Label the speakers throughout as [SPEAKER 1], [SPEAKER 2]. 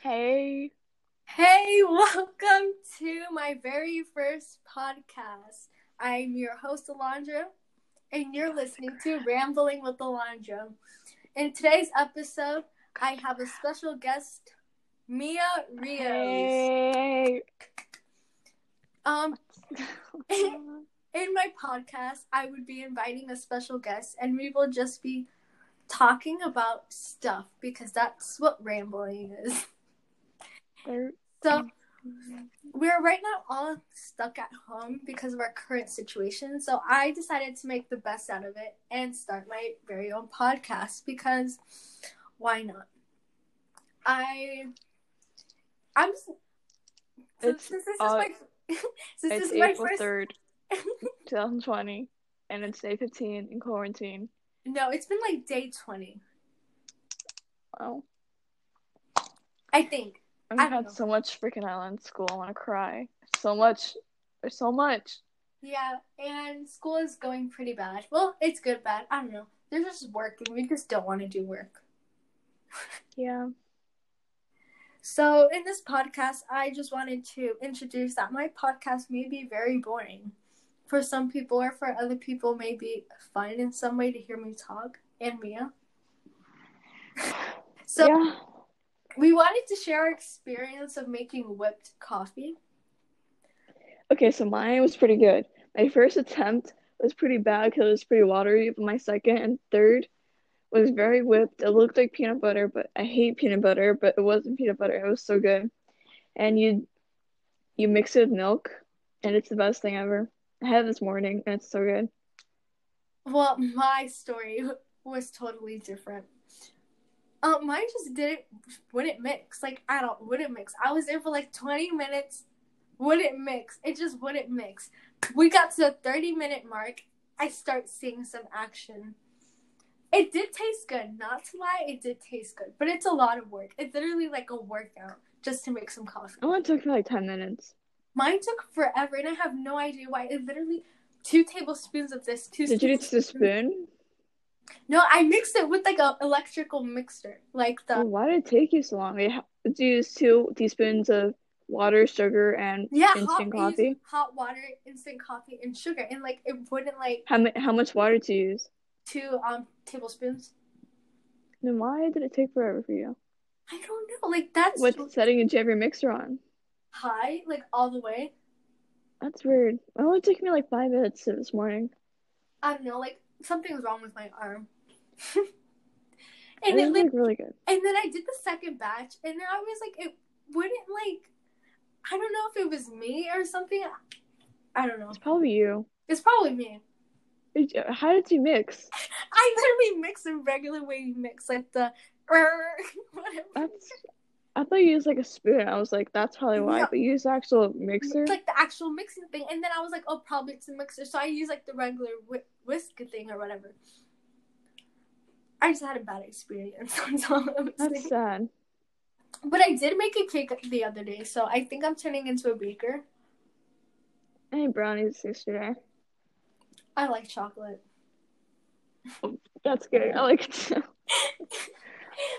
[SPEAKER 1] Hey.
[SPEAKER 2] Hey, welcome to my very first podcast. I'm your host, Alondra, and you're listening to Rambling with Alondra. In today's episode, I have a special guest, Mia Rios.
[SPEAKER 1] Hey.
[SPEAKER 2] Um, in my podcast, I would be inviting a special guest, and we will just be talking about stuff because that's what rambling is.
[SPEAKER 1] There-
[SPEAKER 2] So we're right now all stuck at home because of our current situation. So I decided to make the best out of it and start my very own podcast because why not? I I'm just- since,
[SPEAKER 1] It's,
[SPEAKER 2] since this
[SPEAKER 1] uh,
[SPEAKER 2] is my since
[SPEAKER 1] it's
[SPEAKER 2] this is my
[SPEAKER 1] April
[SPEAKER 2] first
[SPEAKER 1] 3rd, 2020, and it's day 15 in quarantine.
[SPEAKER 2] no, it's been like day twenty.
[SPEAKER 1] Wow.
[SPEAKER 2] I think.
[SPEAKER 1] I've
[SPEAKER 2] I don't
[SPEAKER 1] had
[SPEAKER 2] know.
[SPEAKER 1] so much freaking island school. I want to cry. So much. There's so much.
[SPEAKER 2] Yeah, and school is going pretty bad. Well, it's good bad. I don't know. They're just working. We just don't want to do work.
[SPEAKER 1] Yeah.
[SPEAKER 2] So, in this podcast, I just wanted to introduce that my podcast may be very boring for some people, or for other people, may be fun in some way to hear me talk and Mia. So,
[SPEAKER 1] yeah.
[SPEAKER 2] we wanted to share our experience of making whipped coffee.
[SPEAKER 1] Okay, so mine was pretty good. My first attempt was pretty bad because it was pretty watery, but my second and third was very whipped. It looked like peanut butter, but I hate peanut butter, but it wasn't peanut butter. It was so good. And you you mix it with milk, and it's the best thing ever. I had it this morning, and it's so good.
[SPEAKER 2] Well, my story was totally different. Um, mine just didn't wouldn't mix. Like I don't wouldn't mix. I was there for like twenty minutes, wouldn't mix. It just wouldn't mix. We got to the thirty minute mark. I start seeing some action. It did taste good, not to lie, it did taste good, but it's a lot of work. It's literally like a workout just to make some coffee.
[SPEAKER 1] It only took me like 10 minutes.
[SPEAKER 2] Mine took forever, and I have no idea why. It literally two tablespoons of this, two.
[SPEAKER 1] Did you do it
[SPEAKER 2] spoons-
[SPEAKER 1] with a spoon?
[SPEAKER 2] No, I mixed it with like a electrical mixer, like the
[SPEAKER 1] Well, why did it take you so long? You ha- did you use two teaspoons of water, sugar, and
[SPEAKER 2] Yeah,
[SPEAKER 1] instant
[SPEAKER 2] hot, I
[SPEAKER 1] coffee?
[SPEAKER 2] used hot water, instant coffee, and sugar, and like it wouldn't like
[SPEAKER 1] How, mu- how much water to use?
[SPEAKER 2] two um tablespoons.
[SPEAKER 1] Then why did it take forever for you?
[SPEAKER 2] I don't know, like that's
[SPEAKER 1] What setting did you have your mixer on?
[SPEAKER 2] high, like all the way.
[SPEAKER 1] That's weird. It only took me like five minutes this morning.
[SPEAKER 2] I don't know, like something was wrong with my arm.
[SPEAKER 1] It
[SPEAKER 2] and
[SPEAKER 1] was
[SPEAKER 2] it like,
[SPEAKER 1] like really good.
[SPEAKER 2] and then I did the second batch, and then I was like, it wouldn't like, I don't know if it was me or something. I don't know.
[SPEAKER 1] It's probably you.
[SPEAKER 2] It's probably me.
[SPEAKER 1] Did you- How did you mix?
[SPEAKER 2] I literally mix a regular way you mix, like the er, whatever.
[SPEAKER 1] That's. I thought you used like a spoon. I was like, that's probably why.
[SPEAKER 2] No.
[SPEAKER 1] But you used the actual mixer.
[SPEAKER 2] like the actual mixing thing. And then I was like, oh, probably it's a mixer. So I use like the regular whi- whisk thing or whatever. I just had a bad experience. That's all I'm
[SPEAKER 1] That's
[SPEAKER 2] saying.
[SPEAKER 1] sad.
[SPEAKER 2] But I did make a cake the other day, so I think I'm turning into a baker.
[SPEAKER 1] I had brownies yesterday.
[SPEAKER 2] I like chocolate.
[SPEAKER 1] That's good. I like it. too.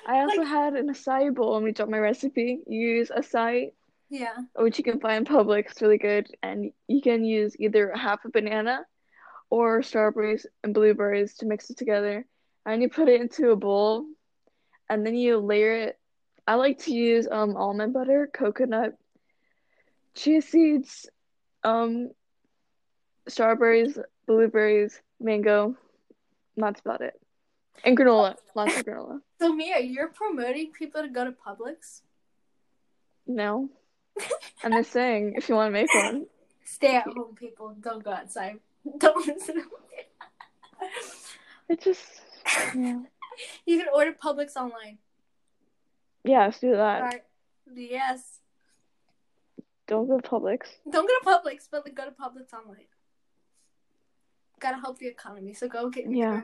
[SPEAKER 1] I also
[SPEAKER 2] Like-
[SPEAKER 1] had an acai bowl and we dropped my recipe. You use acai,
[SPEAKER 2] Yeah.
[SPEAKER 1] which you can buy in Publix. It's really good. And you can use either half a banana or strawberries and blueberries to mix it together. And you put it into a bowl and then you layer it. I like to use um almond butter, coconut, chia seeds, um strawberries, blueberries, mango. And That's about it. And granola. Lots of granola.
[SPEAKER 2] So Mia, you're promoting people to go to Publix.
[SPEAKER 1] No. I'm just saying, if you want to make one.
[SPEAKER 2] Stay at home, people. Don't go outside. Don't listen to me.
[SPEAKER 1] It's just yeah.
[SPEAKER 2] You can order Publix online.
[SPEAKER 1] Yeah, let's do that.
[SPEAKER 2] Alright. Yes.
[SPEAKER 1] Don't go to Publix.
[SPEAKER 2] Don't go to Publix, but like, go to Publix online. Gotta help the economy, so go get your
[SPEAKER 1] Yeah.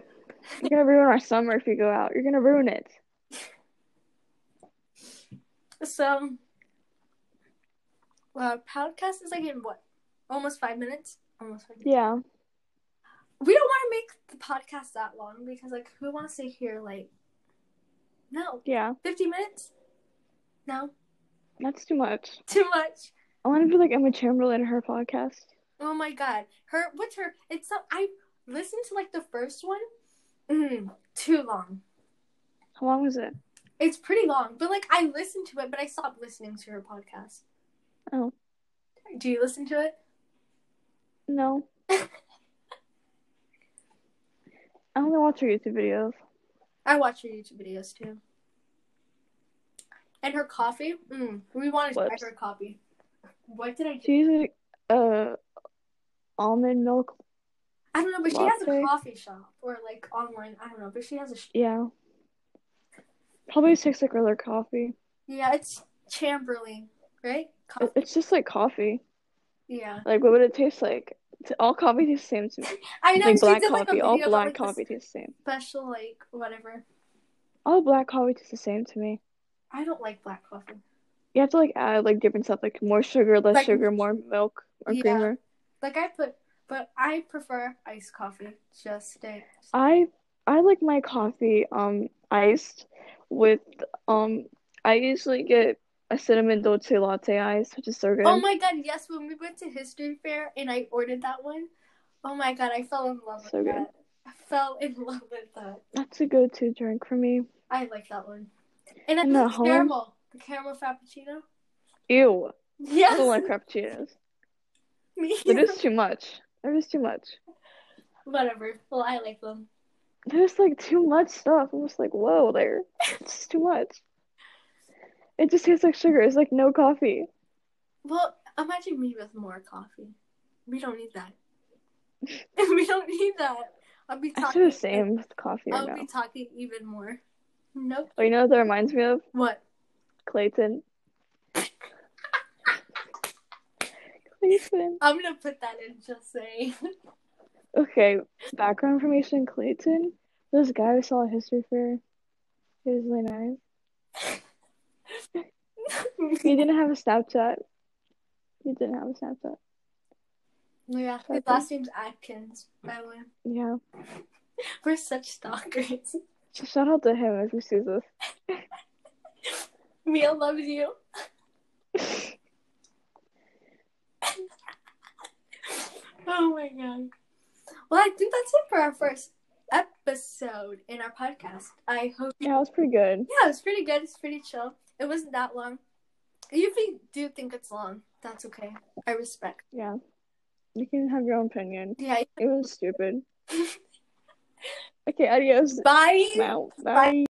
[SPEAKER 1] You're gonna ruin our summer if you go out. You're gonna ruin it.
[SPEAKER 2] So, well, podcast is like in what, almost five minutes. Almost five minutes.
[SPEAKER 1] Yeah.
[SPEAKER 2] We don't want to make the podcast that long because like, who wants to hear like, no,
[SPEAKER 1] Yeah.
[SPEAKER 2] fifty minutes? No,
[SPEAKER 1] That's too much.
[SPEAKER 2] Too much.
[SPEAKER 1] I want to be like Emma Chamberlain in her podcast.
[SPEAKER 2] Oh my god. Her what's her it's not I listened to like the first one. Mm, too long.
[SPEAKER 1] How long was it?
[SPEAKER 2] It's pretty long, but like I listened to it, but I stopped listening to her podcast.
[SPEAKER 1] Oh.
[SPEAKER 2] Do you listen to it?
[SPEAKER 1] No. I only watch her YouTube videos.
[SPEAKER 2] I watch her YouTube videos too. And her coffee. Mm, we want to try
[SPEAKER 1] Whoops.
[SPEAKER 2] her coffee. What did I do?
[SPEAKER 1] She uses like, uh, almond milk.
[SPEAKER 2] I don't know, but she has a
[SPEAKER 1] Latte.
[SPEAKER 2] coffee shop or like online. I don't know, but she has a. Sh-
[SPEAKER 1] Yeah. Probably tastes like regular coffee.
[SPEAKER 2] yeah, it's Chamberlain, right?
[SPEAKER 1] It-
[SPEAKER 2] Coffee.
[SPEAKER 1] It's just like coffee.
[SPEAKER 2] Yeah,
[SPEAKER 1] Like, what would it taste like? T- All coffee tastes the same to me.
[SPEAKER 2] I know.
[SPEAKER 1] Like
[SPEAKER 2] she
[SPEAKER 1] black
[SPEAKER 2] did, like, a
[SPEAKER 1] coffee. All
[SPEAKER 2] video about,
[SPEAKER 1] black
[SPEAKER 2] like, the
[SPEAKER 1] coffee tastes the same.
[SPEAKER 2] Special like whatever.
[SPEAKER 1] All black coffee tastes the same to me.
[SPEAKER 2] I don't like black coffee.
[SPEAKER 1] You have to like add like different stuff, like more sugar, less
[SPEAKER 2] Like-
[SPEAKER 1] sugar, more milk or
[SPEAKER 2] Yeah.
[SPEAKER 1] creamer.
[SPEAKER 2] Like I put, but I prefer iced coffee. Just a
[SPEAKER 1] I I like my coffee um iced with um I usually get a cinnamon dolce latte iced, which is so good.
[SPEAKER 2] Oh my god, yes, when we went to history fair and I ordered that one, oh my god, I fell in love
[SPEAKER 1] So
[SPEAKER 2] with
[SPEAKER 1] good.
[SPEAKER 2] that. I fell in love with that.
[SPEAKER 1] That's a go-to drink for me.
[SPEAKER 2] I like that one. And I
[SPEAKER 1] And
[SPEAKER 2] the
[SPEAKER 1] at home?
[SPEAKER 2] caramel, the caramel frappuccino.
[SPEAKER 1] Ew, I
[SPEAKER 2] Yes,
[SPEAKER 1] don't like frappuccinos.
[SPEAKER 2] me.
[SPEAKER 1] They're just too much. They're just too much.
[SPEAKER 2] Whatever. Well, I like them.
[SPEAKER 1] There's like too much stuff. I'm just like, whoa, there. It's just too much. It just tastes like sugar. It's like no coffee.
[SPEAKER 2] Well, imagine me with more coffee. We don't need that. we don't need that. I'll be
[SPEAKER 1] I
[SPEAKER 2] talking.
[SPEAKER 1] feel the same with coffee right
[SPEAKER 2] I'll
[SPEAKER 1] now.
[SPEAKER 2] be talking even more. Nope.
[SPEAKER 1] Oh, you know what that reminds me of?
[SPEAKER 2] What?
[SPEAKER 1] Clayton. Clayton.
[SPEAKER 2] I'm gonna put that in. Just saying.
[SPEAKER 1] Okay, background information Clayton. This guy we saw at History Fair. He was really nice. He didn't have a Snapchat. He didn't have a Snapchat.
[SPEAKER 2] yeah, his
[SPEAKER 1] Okay.
[SPEAKER 2] last name's Atkins. By the way.
[SPEAKER 1] Yeah.
[SPEAKER 2] We're such stalkers.
[SPEAKER 1] So shout out to him if he sees
[SPEAKER 2] Mia loves you.
[SPEAKER 1] this.
[SPEAKER 2] Oh my god. Well, I think that's it for our first episode in our podcast. I hope.
[SPEAKER 1] yeah, it was pretty good.
[SPEAKER 2] Yeah, it was pretty good. It's pretty chill. It wasn't that long. If you do think it's long, that's okay. I respect.
[SPEAKER 1] Yeah. You can have your own opinion.
[SPEAKER 2] Yeah.
[SPEAKER 1] It was stupid. okay, adios.
[SPEAKER 2] Bye.
[SPEAKER 1] Now, bye.